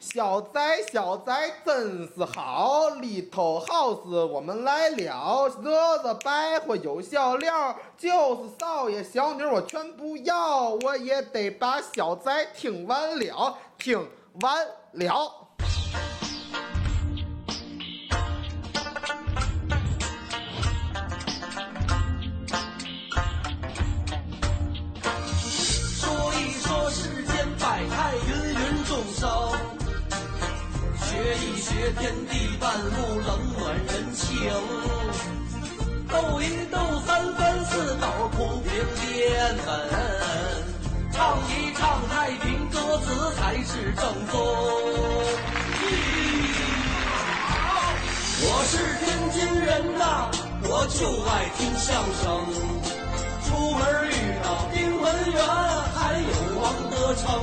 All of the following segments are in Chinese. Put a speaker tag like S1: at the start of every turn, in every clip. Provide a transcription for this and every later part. S1: 小宅小宅真是好，里头 house 我们来了，惹惹白活有笑料，就是少爷小女儿我全不要，我也得把小宅听完了，听完了。
S2: 说一说世间百态，芸芸众生。学一学天地万物，冷暖人情。斗一斗三分四斗，铺平垫稳。唱一唱太平歌词，才是正宗。我是天津人呐，我就爱听相声。出门遇到丁文元，还有王德成。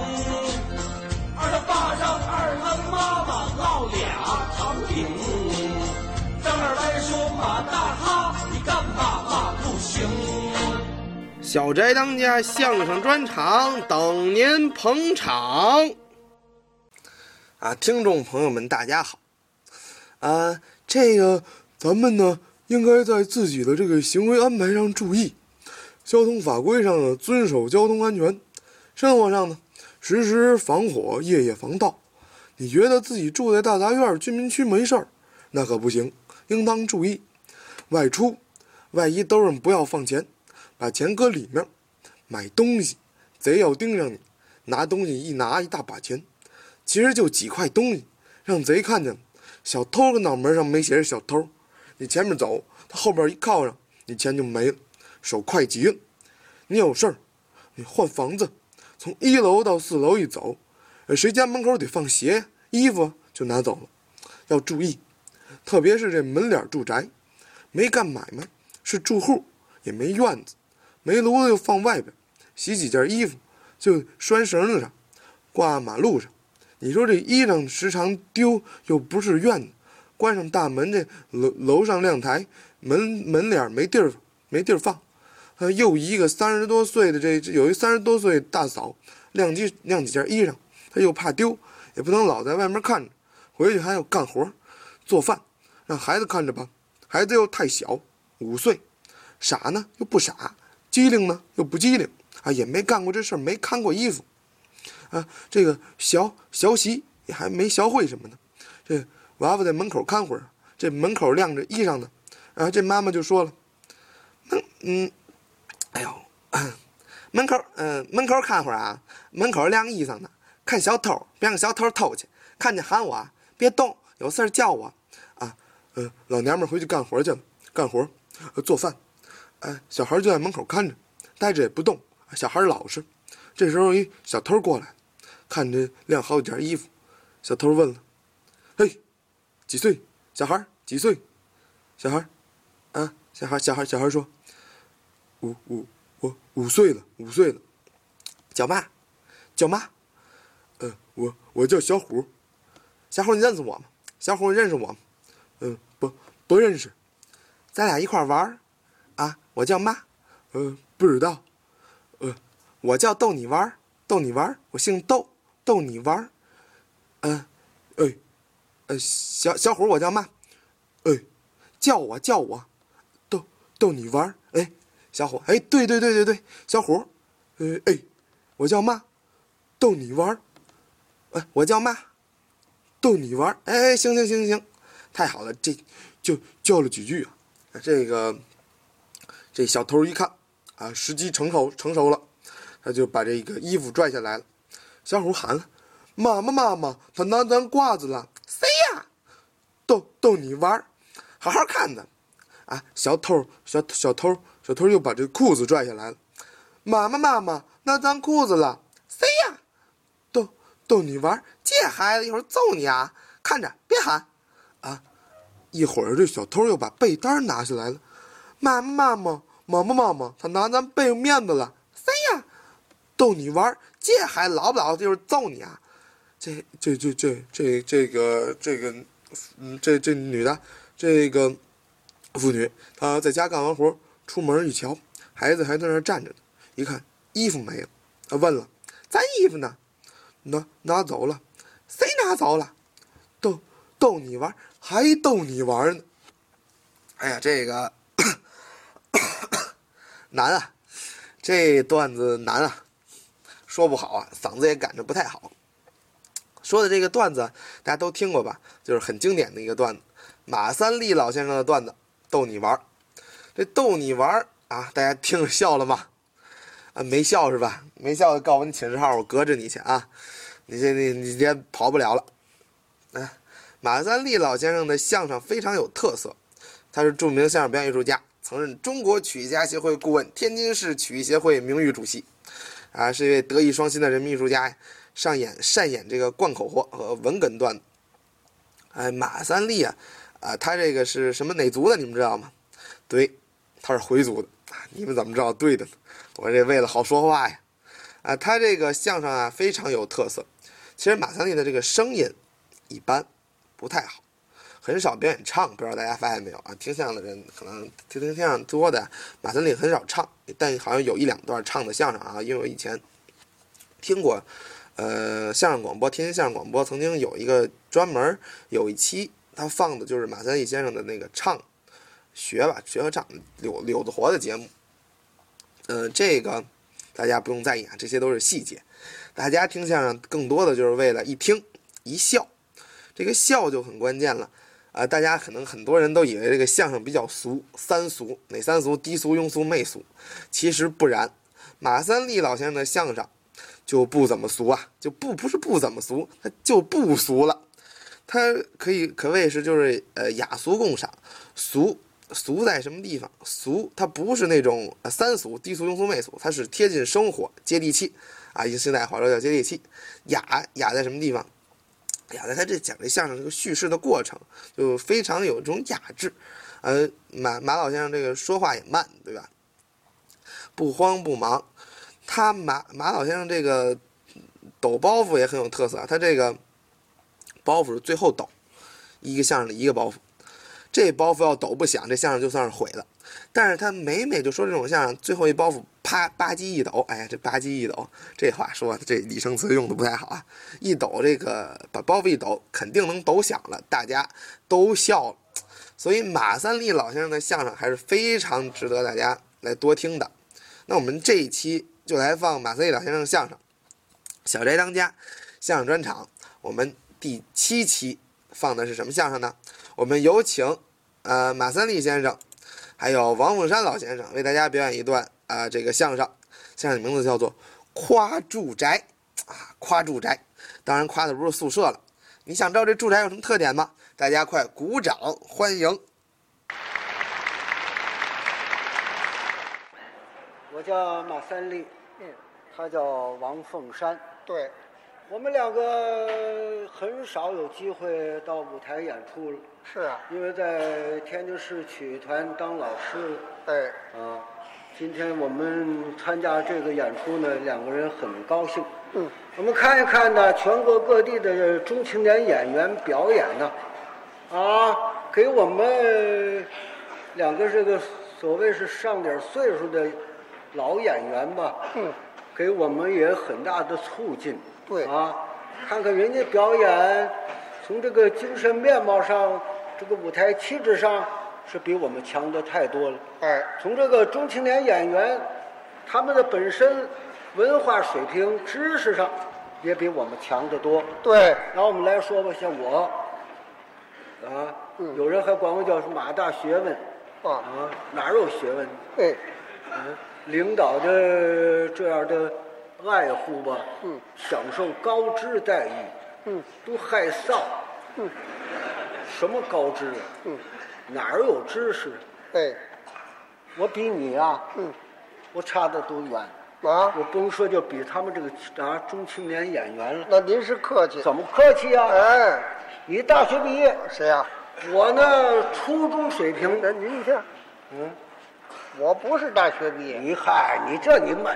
S2: 二他爸让二他妈妈烙俩糖饼。张二来说马大哈，你干嘛嘛不行？
S1: 小宅当家相声专场等您捧场。啊，听众朋友们，大家好。啊，这个咱们呢，应该在自己的这个行为安排上注意，交通法规上呢遵守交通安全，生活上呢时时防火，夜夜防盗。你觉得自己住在大杂院儿居民区没事儿，那可不行，应当注意。外出，外衣兜上不要放钱，把钱搁里面。买东西，贼要盯上你，拿东西一拿一大把钱，其实就几块东西，让贼看见了。小偷的脑门上没写着小偷，你前面走，他后边一靠上，你钱就没了，手快极了。你有事儿，你换房子，从一楼到四楼一走，呃谁家门口得放鞋呀、衣服啊就拿走了，要注意，特别是这门脸住宅，没干买卖，是住户，也没院子，煤炉子就放外边，洗几件衣服就拴绳子上，挂马路上。你说这衣裳时常丢，又不是院子，关上大门这楼楼上晾台，门门脸儿没地儿没地儿放。呃，又一个三十多岁的这这有一三十多岁大嫂晾几晾几件衣裳，她又怕丢，也不能老在外面看着，回去还要干活儿，做饭，让孩子看着吧。孩子又太小，五岁，傻呢又不傻，机灵呢又不机灵啊，也没干过这事儿，没看过衣服。啊，这个小小习也还没小会什么呢。这娃娃在门口看会儿，这门口晾着衣裳呢。啊，这妈妈就说了，门嗯，哎呦，门口嗯、门口看会儿啊，门口晾衣裳呢，看小偷，别让小偷偷去。看见喊我啊，别动，有事儿叫我。啊，嗯、老娘们儿回去干活去了，干活，呃做饭。哎，小孩就在门口看着，呆着也不动，小孩老实。这时候一小偷过来，看着晾好几件衣服，小偷问了：“嘿，几岁？小孩儿几岁？小孩儿，啊，小孩儿，小孩儿，小孩儿说，五五我五岁了，五岁了。叫嘛？叫嘛？嗯、我我叫小虎。小虎，你认识我吗？小虎，你认识我吗？嗯、不不认识。咱俩一块儿玩儿，啊，我叫妈。嗯、不知道。呃，我叫逗你玩儿，逗你玩儿，我姓逗，逗你玩儿。嗯、呃，哎，呃，小小虎，我叫嘛？哎，叫我叫我，逗逗你玩儿。哎，小虎，哎，对对对对对，小虎，呃，哎，我叫嘛？逗你玩儿。哎，我叫嘛？逗你玩儿。哎，行行行行，太好了，这就叫了几句啊。这个这小偷一看啊，时机成熟成熟了。他就把这个衣服拽下来了。小虎喊了：“妈妈，妈妈，他拿咱褂子了！”谁呀？逗逗你玩儿，好好看着。啊，小偷，小小偷，小偷又把这裤子拽下来了。妈妈，妈妈，拿咱裤子了！谁呀？逗逗你玩儿，这孩子一会儿揍你啊！看着，别喊。啊，一会儿这小偷又把被单拿下来了。妈妈，妈妈，妈妈，妈妈，他拿咱被面子了！谁呀？逗你玩儿，这还老不老就是揍你啊！这这这这这这个这个，嗯，这这女的，这个妇女，她在家干完活，出门一瞧，孩子还在那儿站着呢，一看衣服没了，她问了：“咱衣服呢？拿拿走了？谁拿拉糟了，逗逗你玩，还逗你玩呢。哎呀，这个难啊，这段子难啊，说不好啊，嗓子也赶着不太好。说的这个段子大家都听过吧？就是很经典的一个段子，马三立老先生的段子逗你玩儿。这逗你玩儿啊，大家听着笑了吗？啊，没笑是吧？没笑就告我你寝室号，我隔着你去啊！你这你你这跑不了了。哎，马三立老先生的相声非常有特色，他是著名相声表演艺术家，曾任中国曲艺家协会顾问、天津市曲艺协会名誉主席，啊，是一位德艺双馨的人民艺术家呀。上演善演这个贯口活和文哏段子。哎，马三立啊，啊，他这个是什么哪族的？你们知道吗？对，他是回族的。啊你们怎么知道对的呢？我这为了好说话呀。啊，他这个相声啊非常有特色。其实马三立的这个声音一般，不太好，很少表演唱。不知道大家发现没有啊？听相声的人可能听听相声多的，马三立很少唱，但好像有一两段唱的相声啊。因为我以前听过，呃，相声广播，天津相声广播曾经有一个专门儿有一期，他放的就是马三立先生的那个唱学吧，学和唱柳柳子活的节目。呃，这个大家不用在意啊，这些都是细节。大家听相声更多的就是为了一听一笑，这个笑就很关键了。啊、大家可能很多人都以为这个相声比较俗，三俗哪三俗？低俗、庸俗、媚俗。其实不然，马三立老先生的相声就不怎么俗啊，就不不是不怎么俗，它就不俗了。它可以可谓是就是呃雅俗共赏，俗俗在什么地方？俗它不是那种、呃、三俗、低俗、庸俗、媚俗，它是贴近生活、接地气啊。用现在话说叫接地气。雅雅在什么地方？雅在它这讲这相声这个叙事的过程，就非常有这种雅致。呃，马马老先生这个说话也慢，对吧？不慌不忙，他马马老先生这个抖包袱也很有特色啊，他这个包袱是最后抖，一个相声里一个包袱，这包袱要抖不响，这相声就算是毁了。但是他每每就说这种相声，最后一包袱啪吧唧一抖，哎呀，这吧唧一抖，这话说的这拟声词用的不太好啊，一抖这个把包袱一抖，肯定能抖响了，大家都笑了。所以马三立老先生的相声还是非常值得大家来多听的。那我们这一期就来放马三立老先生的相声《小宅当家》相声专场。我们第七期放的是什么相声呢？我们有请呃马三立先生，还有王凤山老先生为大家表演一段啊、呃这个相声，相声的名字叫做《夸住宅》啊，夸住宅。当然夸的不是宿舍了。你想知道这住宅有什么特点吗？大家快鼓掌欢迎！
S3: 我叫马三立，嗯，他叫王凤山。
S4: 对，
S3: 我们两个很少有机会到舞台演出了，
S4: 是啊，
S3: 因为在天津市曲艺团当老师
S4: 哎，
S3: 啊。今天我们参加这个演出呢，两个人很高兴。
S4: 嗯，
S3: 我们看一看呢，全国各地的中青年演员表演呢，啊，给我们两个这个所谓是上点岁数的老演员吧，
S4: 嗯，
S3: 给我们也很大的促进。
S4: 对
S3: 啊，看看人家表演，从这个精神面貌上，这个舞台气质上是比我们强的太多了。
S4: 哎，
S3: 从这个中青年演员，他们的本身文化水平、知识上也比我们强得多。
S4: 对，
S3: 拿我们来说吧，像我，啊，
S4: 嗯
S3: 有人还管我叫是马大学问，
S4: 啊，
S3: 啊，哪有学问？
S4: 哎，
S3: 嗯，领导的这样的爱护吧，
S4: 嗯，
S3: 享受高知待遇，
S4: 嗯，
S3: 都害臊，
S4: 嗯，
S3: 什么高知啊？
S4: 嗯，
S3: 哪儿有知识？
S4: 哎，
S3: 我比你啊，
S4: 嗯，
S3: 我差得都远。
S4: 啊，
S3: 我甭说，就比他们这个啊中青年演员了，
S4: 那您是客气，
S3: 怎么客气啊？
S4: 哎，
S3: 你大学毕业，
S4: 谁呀、
S3: 我呢初中水平。
S4: 那您一下，
S3: 嗯，
S4: 我不是大学毕业，
S3: 你嗨，你这你们，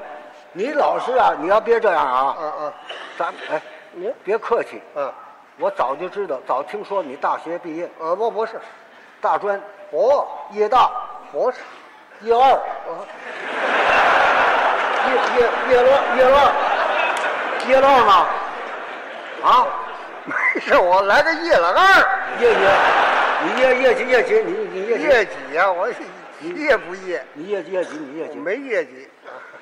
S3: 你老是啊，你要别这样
S4: 啊
S3: 啊，
S4: 啊，
S3: 咱们哎，
S4: 您，
S3: 别客气，
S4: 啊，
S3: 我早就知道，早听说你大学毕业，
S4: 啊，我不是，
S3: 大专、
S4: 我，
S3: 夜大、
S4: 不是，
S3: 夜二、
S4: 我，
S3: 夜夜夜乱、夜乱、夜乱吗？啊，
S4: 是我来个夜啊老二，
S3: 业绩，你业业绩业绩，你你业绩，
S4: 业绩呀、我业不业？
S3: 你业绩业绩，你业绩，
S4: 没业绩，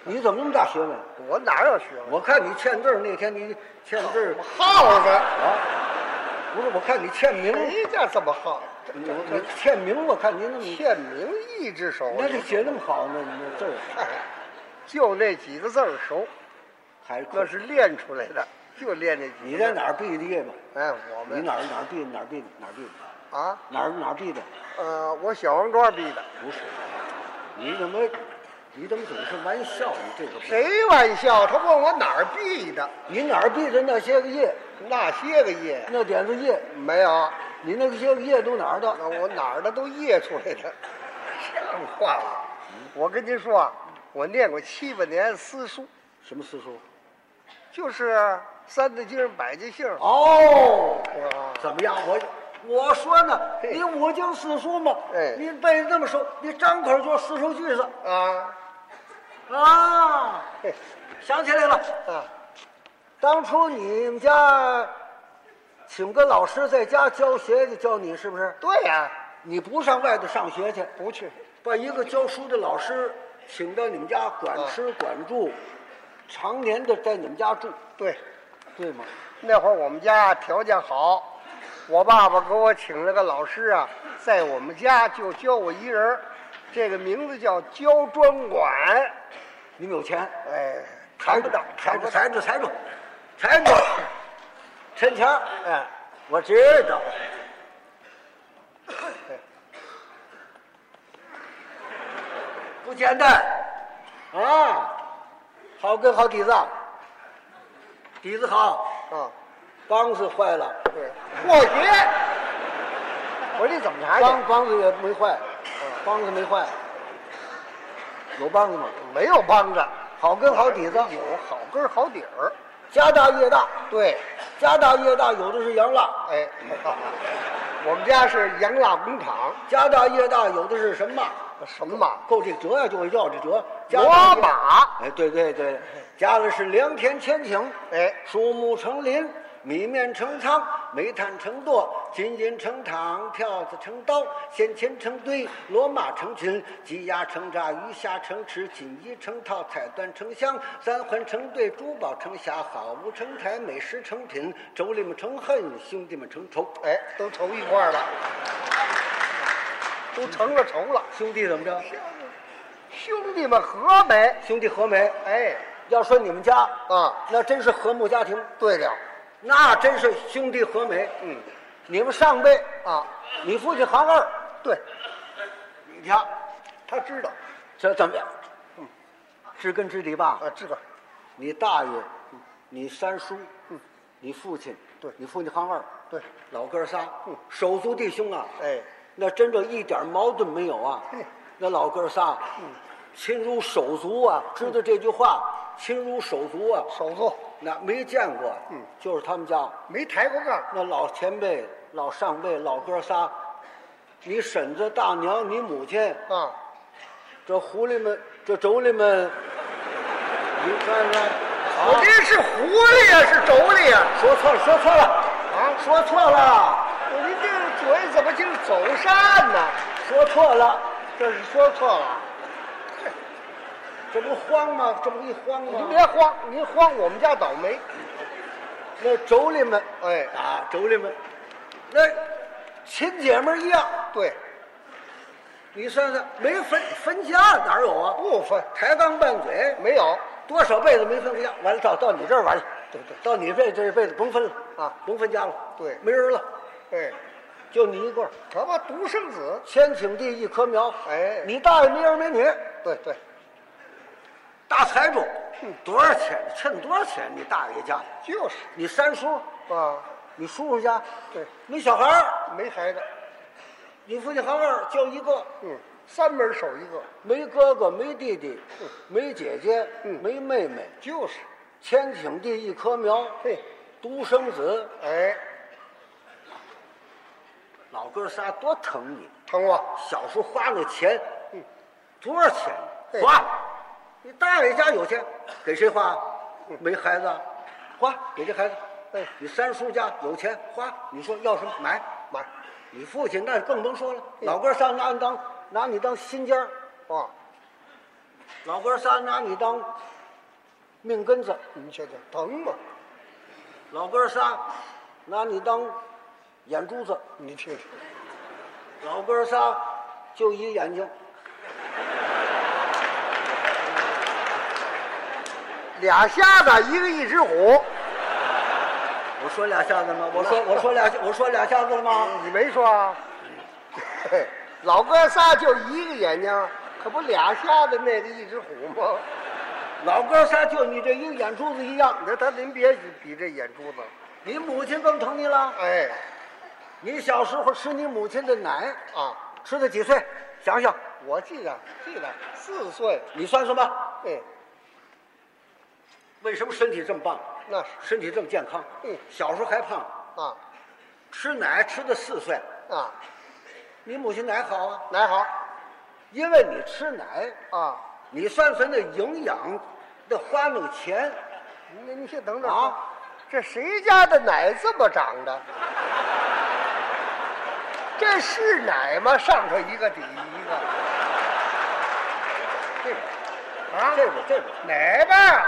S3: 你怎么那么大学问？
S4: 我哪有学问？
S3: 我看你欠字儿那天你欠字儿
S4: 耗子，
S3: 啊，不是，我看你欠名，
S4: 谁家这么耗？这
S3: 你你欠名，我看您那么，
S4: 欠名一只手，
S3: 那这写那么好呢，你那字儿
S4: 就那几个字儿熟，
S3: 还是
S4: 那是练出来的，就练那几
S3: 你
S4: 个。
S3: 在哪？儿毕的业吧？
S4: 哎，我
S3: 你
S4: 们
S3: 哪儿哪儿毕哪儿毕的哪儿毕的
S4: 啊？
S3: 哪儿哪儿毕的？
S4: 呃，我小王庄毕的，
S3: 不是，你怎么你怎么总是玩笑？你这个不
S4: 谁玩笑？他问我哪儿毕的？
S3: 你哪儿毕的那些个业，
S4: 那些个业
S3: 那点子业，
S4: 没有，
S3: 你那些个业都哪儿的？
S4: 那我哪儿的都业出来的，像话
S3: 啊
S4: 吗？我跟您说啊，我念过七八年私塾，
S3: 什么私塾？
S4: 就是三字经、百家姓。
S3: 哦，
S4: 哇
S3: 怎么样？我我说呢，
S4: 嘿
S3: 你五经四书嘛，
S4: 哎
S3: 你背得那么熟，你张口就四书句子
S4: 啊，
S3: 啊！
S4: 嘿
S3: 想起来了，
S4: 啊，
S3: 当初你们家请个老师在家教学去教你，是不是？
S4: 对呀、
S3: 你不上外头上学去，
S4: 不去，
S3: 把一个教书的老师请到你们家，管
S4: 啊
S3: 吃管住，常年的在你们家住，
S4: 对。
S3: 对吗？
S4: 那会儿我们家条件好，我爸爸给我请了个老师啊，在我们家就教我一人儿，这个名字叫焦专管。
S3: 你们有钱，
S4: 哎，
S3: 抬
S4: 谈
S3: 不
S4: 不
S3: 到
S4: 到，，
S3: 抬
S4: 谈
S3: 住，抬住，
S4: 不到。
S3: 抬住，抬住，趁钱儿哎，我知道。不简单，啊，好根好底子，底子好，
S4: 啊，
S3: 梆子坏了，
S4: 对，过节。我说你怎么拿
S3: 梆
S4: 的？
S3: 梆子也没坏，梆子没坏，有梆子吗？嗯
S4: 没有帮着，
S3: 好根好底子，
S4: 有好根儿好底儿。
S3: 家大业大，
S4: 对，
S3: 家大业大，有的是洋蜡，
S4: 哎，我们家是洋蜡工厂，
S3: 家大业大，有的是什么
S4: 什么马？
S3: 够这个辙呀、就会绕这辙。家大
S4: 罗
S3: 业，
S4: 马。
S3: 哎，对对对，家里是良田千顷，
S4: 哎
S3: 树木成林，米面成仓，煤炭成垛，金银成躺，票子成刀，鲜钱成堆，骡马成群，鸡鸭成扎，鱼虾成池，锦衣成套，彩缎成箱，三环成对，珠宝成匣，好物成台，美食成品，妯娌们成恨，兄弟们成仇。
S4: 哎，都愁一块儿了，都成了仇了。
S3: 兄弟怎么着？
S4: 兄弟们和美，
S3: 兄弟和美。
S4: 哎，
S3: 要说你们家
S4: 啊，
S3: 那真是和睦家庭，
S4: 对了，
S3: 那真是兄弟和美。
S4: 嗯，
S3: 你们上辈
S4: 啊，
S3: 你父亲行二，
S4: 对，
S3: 你瞧
S4: 他知道嗯
S3: 这怎么样？知根知底吧？
S4: 啊，知道，
S3: 你大爷，你三叔，你父亲，
S4: 对
S3: 你父亲行二，
S4: 对，嗯
S3: 老哥仨，手足弟兄啊，
S4: 哎，
S3: 那真正一点矛盾没有啊
S4: 嘿。嗯
S3: 那老哥仨，亲如手足啊，知道这句话，亲如手足啊，
S4: 手足
S3: 那没见过，
S4: 嗯
S3: 就是他们家
S4: 没抬过杠，
S3: 那老前辈、老上辈、老哥仨，你婶子、大娘、你母亲，
S4: 啊，
S3: 这狐狸们、这妯娌们，你看看，
S4: 我这是狐狸呀，是啊妯娌呀，
S3: 说错了，说错了，
S4: 啊，
S3: 说错了，
S4: 我您这个嘴怎么净走山呢？
S3: 说错了，
S4: 这是说错了，
S3: 这不慌吗？这不一慌
S4: 您
S3: 吗？
S4: 别慌，您慌我们家倒霉，
S3: 那妯娌们
S4: 哎，
S3: 啊，妯娌们，那亲姐们儿一样，
S4: 对，
S3: 你算算，没分分家哪有啊？
S4: 不分，
S3: 抬杠拌嘴，
S4: 没有，
S3: 多少辈子没分过家，完了到到你这儿完了，对对，到你这这辈子甭分了
S4: 啊，
S3: 甭分家了，
S4: 对
S3: 没人了，
S4: 哎，
S3: 就你一个儿，
S4: 他妈独生子，
S3: 千顷地一棵苗，
S4: 哎
S3: 你大爷没儿没女，
S4: 对对，
S3: 大财主，多少钱？趁多少钱？你大爷家，
S4: 就是
S3: 你三叔，
S4: 啊，
S3: 你叔叔家，
S4: 对，
S3: 你小孩儿，
S4: 没孩子，
S3: 你父亲行二就一个，
S4: 嗯，三门手一个，嗯
S3: 没哥哥，没弟弟，没姐姐，没妹妹，
S4: 就是，
S3: 千顷地一棵苗，
S4: 嘿，
S3: 独生子，
S4: 哎，
S3: 老哥仨多疼你。
S4: 疼我，嗯
S3: 小时候花那钱，多少钱
S4: 嘿
S3: 花？
S4: 嗯
S3: 你大爷家有钱，给谁花？没孩子啊，花给这孩子，
S4: 哎
S3: 你三叔家有钱花，你说要什么买买，你父亲那更甭说了，老哥仨拿你当拿你当心尖儿，
S4: 啊，
S3: 老哥仨拿你当命根子，
S4: 你瞧瞧，嗯疼吗？
S3: 老哥仨拿你当眼珠子，
S4: 你听听，
S3: 老哥仨就一眼睛，
S4: 俩瞎子，一个一只虎，
S3: 我说俩瞎子吗？我说我说俩我说俩瞎子了吗？
S4: 你没说啊？嘿啊老哥仨就一个眼睛，可不俩瞎子，那个一只虎吗？
S3: 老哥仨就你这一个眼珠子一样，
S4: 你说他临别比这眼珠子，
S3: 你母亲更疼你了。
S4: 哎，
S3: 你小时候吃你母亲的奶，
S4: 啊，
S3: 吃的几岁？想想，
S4: 我记得记得四岁，
S3: 你算算吧。
S4: 哎，
S3: 为什么身体这么棒？
S4: 那是
S3: 身体这么健康？
S4: 嗯
S3: 小时候还胖，
S4: 啊
S3: 吃奶吃的四岁，
S4: 啊，
S3: 你母亲奶好啊，
S4: 来好
S3: 因为你吃奶，
S4: 啊，
S3: 你算算那营养，那花那个钱，
S4: 你你先等等
S3: 啊，
S4: 这谁家的奶这么长的？这是奶吗？上头一个底一个。这个嗯啊，
S3: 这个这个，
S4: 哪个？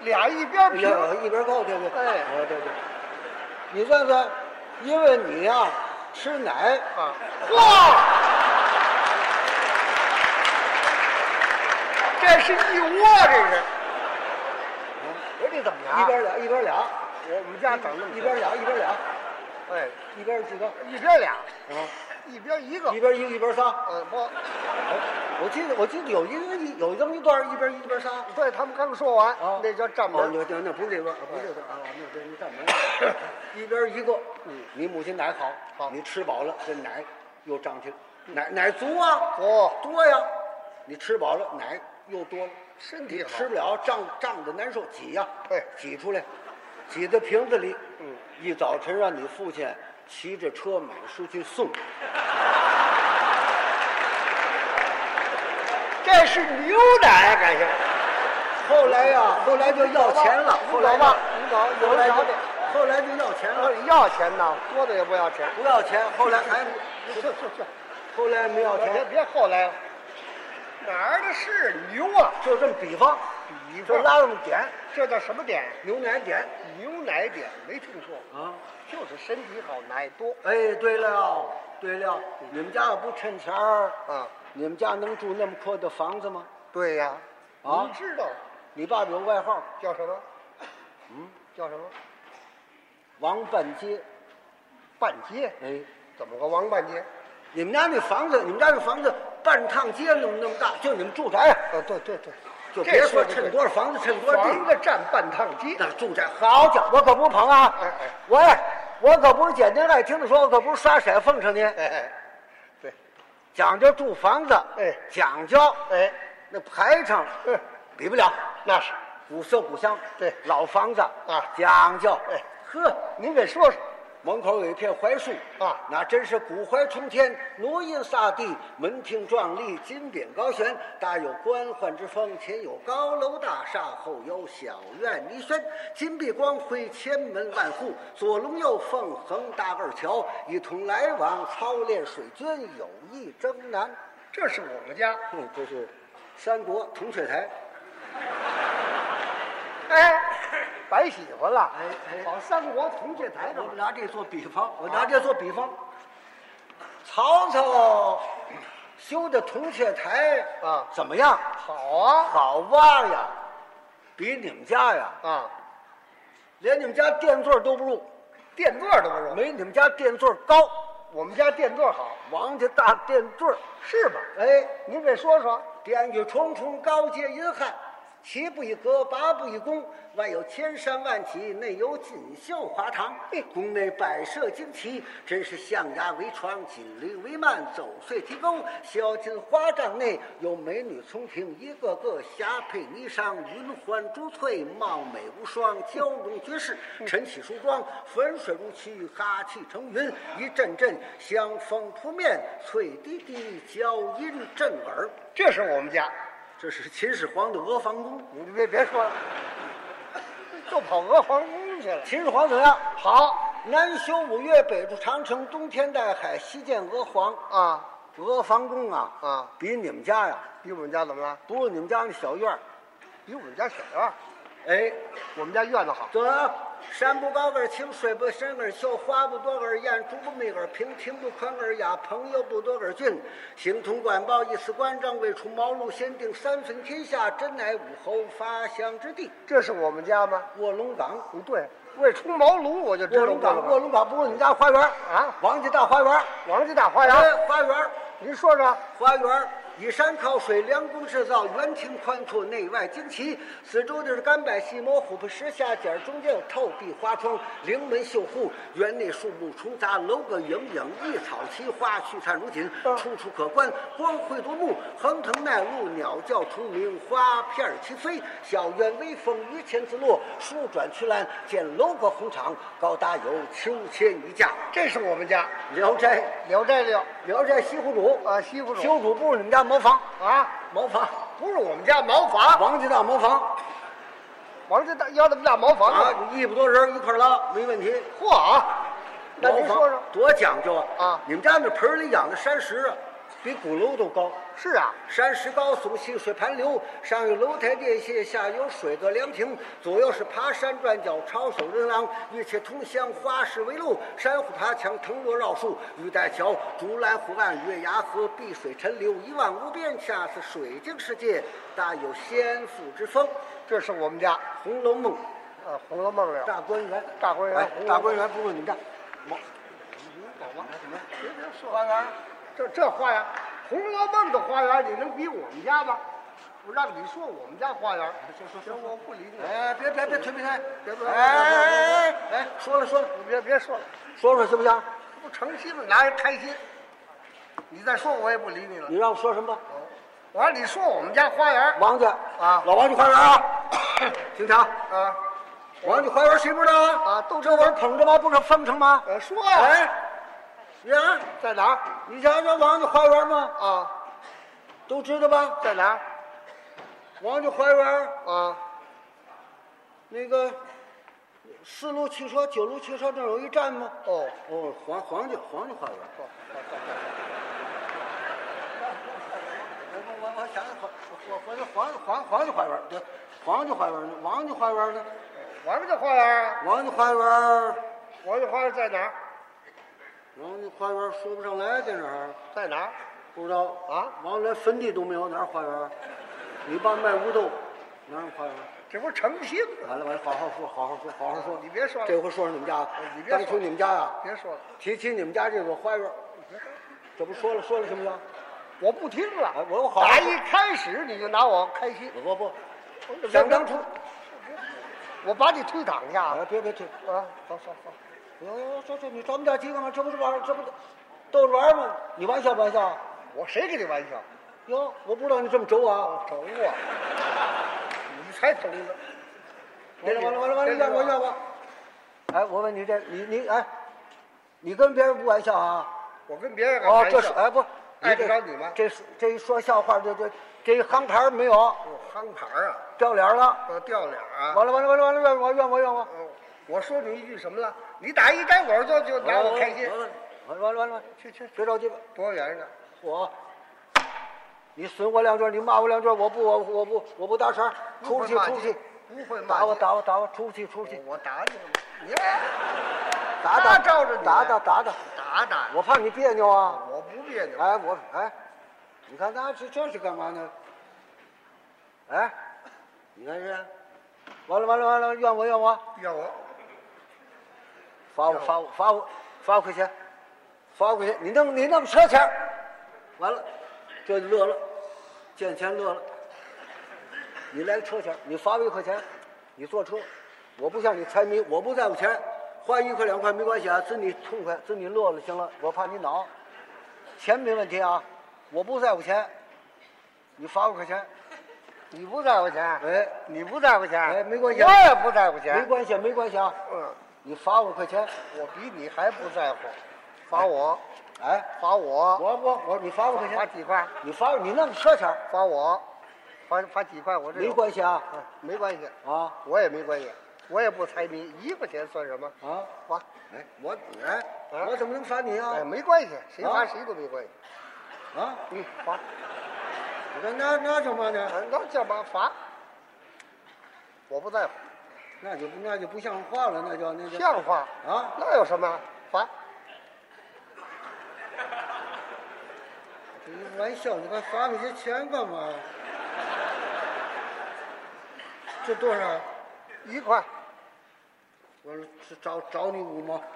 S4: 俩一边
S3: 你
S4: 平，
S3: 要一边高，对对，
S4: 哎
S3: 啊对对，你算算，因为你呀、吃奶
S4: 啊，嚯！这是一窝，这是。我说这怎么
S3: 一边俩一边俩，
S4: 我我们家整那么
S3: 一边俩一边俩，
S4: 哎，
S3: 一边几个？
S4: 一边俩，
S3: 啊，
S4: 一边一个
S3: 一。边一个一边仨。
S4: 嗯，不，
S3: 哎我记得我记得有一个有这么一段，一边一一边仨。
S4: 对他们刚说完
S3: 啊，，
S4: 那叫站
S3: 哦
S4: 门。
S3: 那那那不是这段，不是这段啊，那那那站 门。一边一个，嗯，你母亲奶好，
S4: 好
S3: 你吃饱了，这奶又胀气，奶奶足啊，
S4: 哦，
S3: 多呀，你吃饱了，奶又多了，
S4: 身体
S3: 你
S4: 好
S3: 吃不了，胀胀的难受，挤呀，
S4: 对
S3: 挤出来，挤到瓶子里，
S4: 嗯，
S3: 一早晨让你父亲骑着车满市去送，
S4: 这是牛奶，感谢。
S3: 后来呀，后来就要钱了，后
S4: 你
S3: 来
S4: 走
S3: 就
S4: 吧，你走，
S3: 后
S4: 有
S3: 来
S4: 人
S3: 就
S4: 瞧你。
S3: 后来就要钱了。
S4: 要钱呐，多的也不要钱。
S3: 不要钱，后来还
S4: 是是是，
S3: 后来没要
S4: 别
S3: 钱，
S4: 别后来了，哪儿的事牛啊？
S3: 就这么比方，
S4: 比
S3: 就
S4: 方
S3: 拉这么点，
S4: 这叫什么点？
S3: 牛奶点
S4: 牛奶点没听说，
S3: 啊。
S4: 就是身体好，奶多。
S3: 哎，对了，对了，你们家要不趁钱儿，
S4: 啊，
S3: 你们家能住那么破的房子吗？
S4: 对呀，
S3: 啊
S4: 您知道
S3: 你爸爸有外号
S4: 叫什么？嗯，叫什么？
S3: 王半街，
S4: 半街？
S3: 哎，
S4: 怎么个王半街？
S3: 你们家那房子，你们家那房子半趟街那么那么大，就你们住宅啊，
S4: 啊，对对对，
S3: 就
S4: 这
S3: 别说
S4: 得
S3: 趁
S4: 对
S3: 多少房子，趁多少
S4: 房
S3: 地，
S4: 子占半趟街。
S3: 那住宅好家伙，我可不捧啊
S4: 哎哎，
S3: 喂，我可不是捡您爱听的说，我可不是耍色奉承您。
S4: 哎对，
S3: 讲究住房子，
S4: 哎
S3: 讲究，
S4: 哎，
S3: 那排场，
S4: 嗯
S3: 比不了，
S4: 那是。
S3: 古色古香，
S4: 对
S3: 老房子
S4: 啊
S3: 讲究，
S4: 哎
S3: 呵，
S4: 您给说说，
S3: 门口有一片槐树
S4: 啊
S3: 那真是古槐冲天，挪阴撒地，门庭壮丽，金匾高悬，大有官宦之风，前有高楼大厦，后有小院泥轩，金碧光辉，千门万户，左龙右凤，横搭二桥，以同来往，操练水军，友谊征南。
S4: 这是我们家。
S3: 嗯，这是三国铜雀台。
S4: 哎，白喜欢了。
S3: 哎哎
S4: 好，三国同界台
S3: 我
S4: 上
S3: 拿这做比方，我拿这做比方。啊曹操修的铜雀台
S4: 啊
S3: 怎么样？
S4: 好啊
S3: 好挖呀，比你们家呀，
S4: 啊，
S3: 连你们家垫座都不如，
S4: 垫座都不用。
S3: 没你们家垫座高。
S4: 我们家垫座好，
S3: 王家大垫座，
S4: 是吧？
S3: 哎，
S4: 您给说说。
S3: 殿宇重重，高阶银汉，齐步一阁，八步一宫，外有千山万骑，内有锦绣华堂。宫内摆设旌旗，真是象牙为床，锦鲤为幔，走穗提钩。小金花帐内有美女从庭，一个个霞配霓裳，云环珠翠，貌美无双，娇容绝世，
S4: 嗯
S3: 晨起梳妆，粉水如漆，哈气成云，一阵阵香风扑面，翠滴滴，娇音震耳。
S4: 这是我们家，
S3: 这是秦始皇的阿房宫，
S4: 你别别说了。就跑娥皇宫去了。
S3: 秦始皇怎么样？
S4: 好
S3: 南修五岳，北筑长城，冬天戴海，西建娥皇。
S4: 啊
S3: 娥皇宫啊，
S4: 啊，
S3: 比你们家呀，
S4: 比我们家怎么了？
S3: 不如你们家那小院儿。
S4: 比我们家小院儿，
S3: 哎，
S4: 我们家院子好。
S3: 走啊！山不高个儿青，水不深个儿秀，花不多个儿艳，竹不密个儿平，庭不宽个儿雅，朋友不多个儿俊。形同管鲍，一丝关张，未除茅庐先定三分天下，真乃武侯发祥之地。
S4: 这是我们家吗？
S3: 卧龙岗，
S4: 不对，为出茅庐我就知
S3: 卧
S4: 道
S3: 龙
S4: 过了
S3: 岗，卧龙岗不是你们家花园儿
S4: 啊
S3: 王家大花园儿，
S4: 王家大花园儿。
S3: 哎，花园儿。
S4: 您说说，
S3: 花园以山靠水，梁宫制造，园庭宽阔，内外金齐。四周就是干柏、细磨、琥珀、石下尖，中间有透地花窗，临门绣户，园内树木重杂，楼阁影影，一草齐花，絮灿如锦，
S4: 嗯
S3: 处处可观，光辉夺目，横藤麦路，鸟叫虫鸣，花片儿齐飞。小院微风，鱼前自落，舒转曲栏，见楼阁红场，高搭有秋千一架。
S4: 这是我们家
S3: 聊斋，
S4: 《聊斋》六
S3: 聊斋西湖主
S4: 啊，西湖
S3: 西湖主不是你们家茅房。
S4: 啊，
S3: 茅房，
S4: 不是我们家茅房，
S3: 王家大茅房
S4: 王家大要这么大茅房啊，
S3: 啊，一百多人一块儿拉没问题。
S4: 嚯啊！那您
S3: 茅房
S4: 说说，
S3: 多讲究啊！
S4: 啊
S3: 你们家那盆里养的山石啊，比鼓楼都高。
S4: 是啊，
S3: 山石高耸，溪水盘流，上有楼台殿榭，下有水阁凉亭，左右是爬山转角，抄手人廊，一切通香，花市为路，山虎爬墙，藤萝绕树，玉带桥，竹篮湖岸，月牙河，碧水沉流，一望无边，恰似水晶世界，大有仙妇之风。
S4: 这是我们家，
S3: 《红楼梦》
S4: 呃，《红楼梦》里
S3: 大观园，
S4: 大观园
S3: 哎
S4: 红楼梦
S3: 大观园不是你们家，
S4: 别别说花园，这这花园，《红楼梦》的花园，你能比我们家吗？我让你说我们家花园，行，我不理你，
S3: 哎，别别别推别推，
S4: 别别别别别别
S3: 哎哎哎哎哎，说了说了，
S4: 你别别说了，
S3: 说说行不行？
S4: 这不成心吗？拿人开心。你再说我也不理你了
S3: 你。让我说什么？
S4: 我让你说我们家花园
S3: 王家
S4: 啊
S3: 老王家花园 啊，听着啊，
S4: 啊
S3: 王家花园谁不知道啊？
S4: 啊，都
S3: 这
S4: 这
S3: 玩意儿
S4: 玩
S3: 捧着吗？不是奉承吗？
S4: 呃说呀、
S3: 哎，你看，
S4: 在哪儿
S3: 你瞧这王家花园吗？
S4: 啊？
S3: 都知道吧？
S4: 在哪儿
S3: 王家花园
S4: 啊？
S3: 那个四路汽车、九路汽车那儿有一站吗？
S4: 哦，
S3: 哦，黄黄家黄家花园。 我我我想想，我我我这黄黄黄家花园对，黄家花园呢？王家花园呢？
S4: 王家花园啊，
S3: 王家花园，
S4: 王家花园在哪儿？
S3: 王家花园说不上来在哪儿，
S4: 在哪儿？
S3: 不知道
S4: 啊
S3: 王家连坟地都没有，哪儿花园？你爸卖乌豆，哪儿花园？
S4: 这不成心吗？
S3: 完了完了，好好说，好好说，好好说。
S4: 你别说了
S3: 这回说说你们家，
S4: 你别说
S3: 当初你们家呀，
S4: 别说了，
S3: 提起你们家这个花园，这不说了说了行不行？
S4: 我不听了。
S3: 哎我我好好
S4: 打一开始你就拿我开心，
S3: 不不，
S4: 想
S3: 想
S4: 当
S3: 当
S4: 初
S3: 初，
S4: 我把你推搪下
S3: 哎
S4: 啊！，
S3: 别别推，
S4: 好好好，
S3: 哟哟，这这你咱们家鸡干嘛？这不是玩儿，这不逗着玩儿吗？你玩笑不玩笑？
S4: 我谁跟你玩笑？
S3: 哟，我不知道你这么轴啊！
S4: 整我，你才整的。
S3: 完了完了完了完了，让我让我。哎，我问你这，你你哎，你跟别人不玩笑啊？
S4: 我跟别人
S3: 哦，
S4: 玩
S3: 这
S4: 笑
S3: 是哎不，
S4: 碍
S3: 这
S4: 得着你吗？
S3: 这是这一说笑话，这这这一行牌儿没有，
S4: 我憨牌儿啊，
S3: 掉脸儿了。
S4: 我掉脸儿啊。
S3: 完了完了完了完了，怨我怨我怨我！
S4: 哦我说你一句什么了？你打一开我就就拿我开心。
S3: 哦完了完了完了，
S4: 去去，
S3: 别着急吧。
S4: 多远呢？
S3: 我，你损我两句，你骂我两句，我不，我我不，我不搭茬，出去
S4: 不会骂
S3: 出去，
S4: 你不会骂
S3: 打我
S4: 你
S3: 打我打我，出去出去，
S4: 我打你了，你哎
S3: 打
S4: 他
S3: 打
S4: 罩着你啊
S3: 打
S4: 呢
S3: 打打打，
S4: 打打
S3: 我怕你别扭啊，
S4: 我不别扭。
S3: 哎我哎，你看他这这是干嘛呢？哎，你看这，完了完了完了，怨我怨我，
S4: 要我
S3: 罚我罚我罚我罚五块钱，罚五块钱，你弄你弄车钱儿，完了，这就乐了，见钱乐了。你来个车钱儿，你罚我一块钱，你坐车，我不像你财迷，我不在乎钱，花一块两块没关系啊，自你痛快，自你乐了行了，我怕你恼，钱没问题啊，我不在乎钱，你罚我块钱，
S4: 你不在乎钱？
S3: 哎，
S4: 你不在乎钱？
S3: 哎没关系
S4: 我也不在乎
S3: 没
S4: 钱。
S3: 关系没关系啊，
S4: 嗯，
S3: 你罚我块钱，
S4: 我比你还不在乎，罚我，
S3: 哎，
S4: 罚我，
S3: 我我我你罚我块
S4: 罚
S3: 钱，
S4: 几块？
S3: 你罚我你弄个车钱儿。
S4: 罚我，罚罚几块？我这
S3: 没
S4: 有
S3: 关系啊，
S4: 没关系，
S3: 啊，
S4: 我也没关系。我也不猜谜，一块钱算什么？
S3: 啊，
S4: 罚，
S3: 哎，我哎，我怎么能罚你
S4: 哎，
S3: 啊？
S4: 没关系，谁
S3: 啊
S4: 罚谁都没关系。
S3: 啊，
S4: 嗯，罚，
S3: 那那那怎么呢？
S4: 啊那叫嘛罚？我不在乎，
S3: 那就不那就不像话了，那叫那叫
S4: 像话
S3: 啊
S4: 那有什么罚？
S3: 这一玩笑，你还罚那些钱干嘛？这多少？
S4: 一块，
S3: 我是找找你五毛。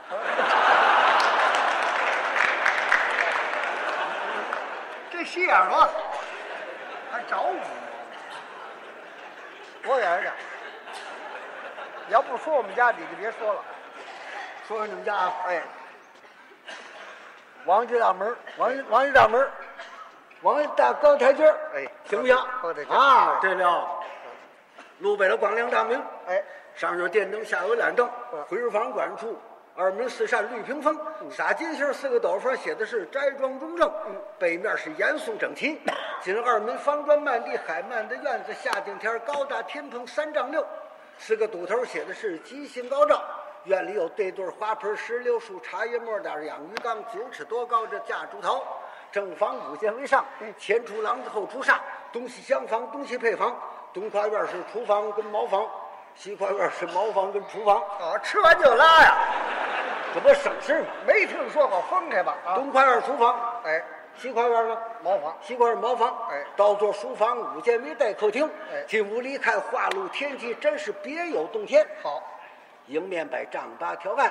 S4: 这心眼儿多，还找我？躲远点儿。你要不说我们家，你就别说了。
S3: 说说你们家啊，
S4: 哎，
S3: 王家大门儿，王家王家大门儿，王家大高台阶儿
S4: 哎
S3: 行不行？
S4: 高台阶儿
S3: 啊，对了，路北了广亮大明，
S4: 哎，
S3: 上有电灯，下有懒灯
S4: 嗯，
S3: 回房管处。二门四扇绿屏风，洒金星儿四个斗方，写的是斋庄中正。
S4: 嗯
S3: 背面是严肃整 齐。进二门方砖漫地，海漫的院子，夏顶天儿高大天棚三丈六。四个堵头写的是吉星高照。院里有对对儿花盆、石榴树、茶叶沫点儿养鱼缸，九尺多高这架竹桃。正房五间为上，前出廊子后出煞，东西厢房，东西配房。东跨院是厨房跟茅房，西跨院是茅房跟厨房，
S4: 好，吃完就拉呀，
S3: 这不省事吗？
S4: 没听说过分开吧？啊，
S3: 东跨院厨房，
S4: 哎，
S3: 西跨院呢？
S4: 茅房
S3: 西瓜是茅房，
S4: 哎
S3: 到座书房，五间为待客厅，
S4: 哎
S3: 进屋里看画路天际，真是别有洞天。
S4: 好，
S3: 迎面摆丈八条案，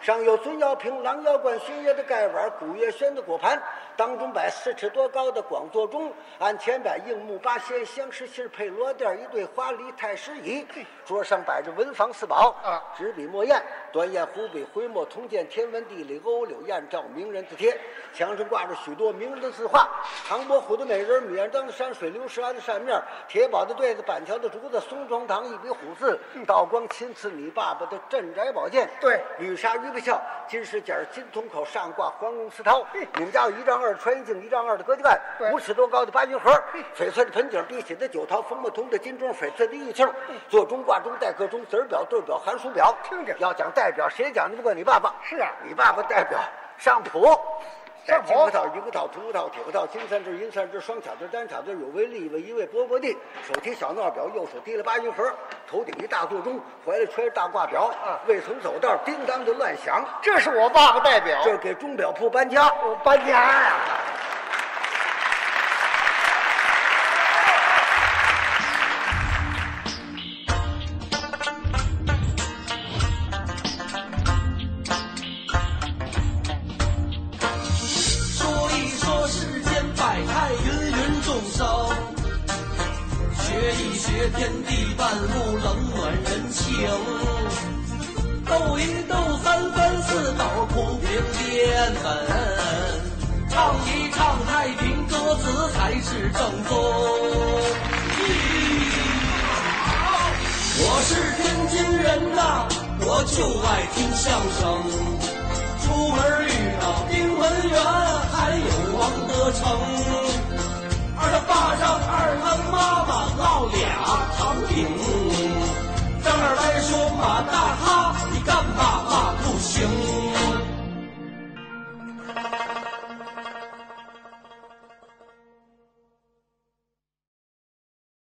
S3: 上有尊窑瓶、狼腰罐、新约的盖碗、古月轩的果盘，当中摆四尺多高的广座钟，案前摆硬木八仙、香石信儿配罗垫儿一对花梨太师椅，桌上摆着文房四宝
S4: 啊
S3: 纸笔墨砚、端砚、湖笔、徽墨、铜剑、天文地理、勾柳燕赵名人字帖，墙上挂着许多名人的字画：唐伯虎的美人、米彦章的山水、刘石安的扇面、铁宝的对子、板桥的竹子、松庄堂一笔虎字、道光亲赐你爸爸的镇宅宝剑，
S4: 对
S3: 吕沙鱼个笑，金饰角儿、金铜口上挂黄龙丝绦。你们家有一丈二的穿衣镜，一丈二的鸽子盖
S4: 对，
S3: 五尺多高的八云盒，翡翠的盆景，碧玺的酒桃，枫木铜的金钟，翡翠的玉磬，座钟、挂钟、待客钟、子儿表、对表、寒暑表。
S4: 听着
S3: 要讲代表，谁讲的不过你爸爸？
S4: 是啊
S3: 你爸爸代表上谱。
S4: 上谱
S3: 金葡萄、银葡萄、铜葡萄、铁葡萄、金三枝、银三枝、双巧枝、单巧枝，有为立位，一位波波地，手提小闹表，右手提了八音盒，头顶一大座钟，怀里揣着大挂表，
S4: 啊
S3: 未曾走道，叮当就乱响。
S4: 这是我爸爸代表，
S3: 这是给钟表铺搬家，
S4: 我哦搬家呀。
S2: 说一说世间百态，芸芸众生。学一学天地万物，冷暖人情。斗一斗三分四斗，铺平淀粉。唱一唱太平歌词才是正宗。我是天津人呐，我就爱听相声。出门遇到丁文元，还有王德成。二他爸让二他妈妈烙俩糖饼。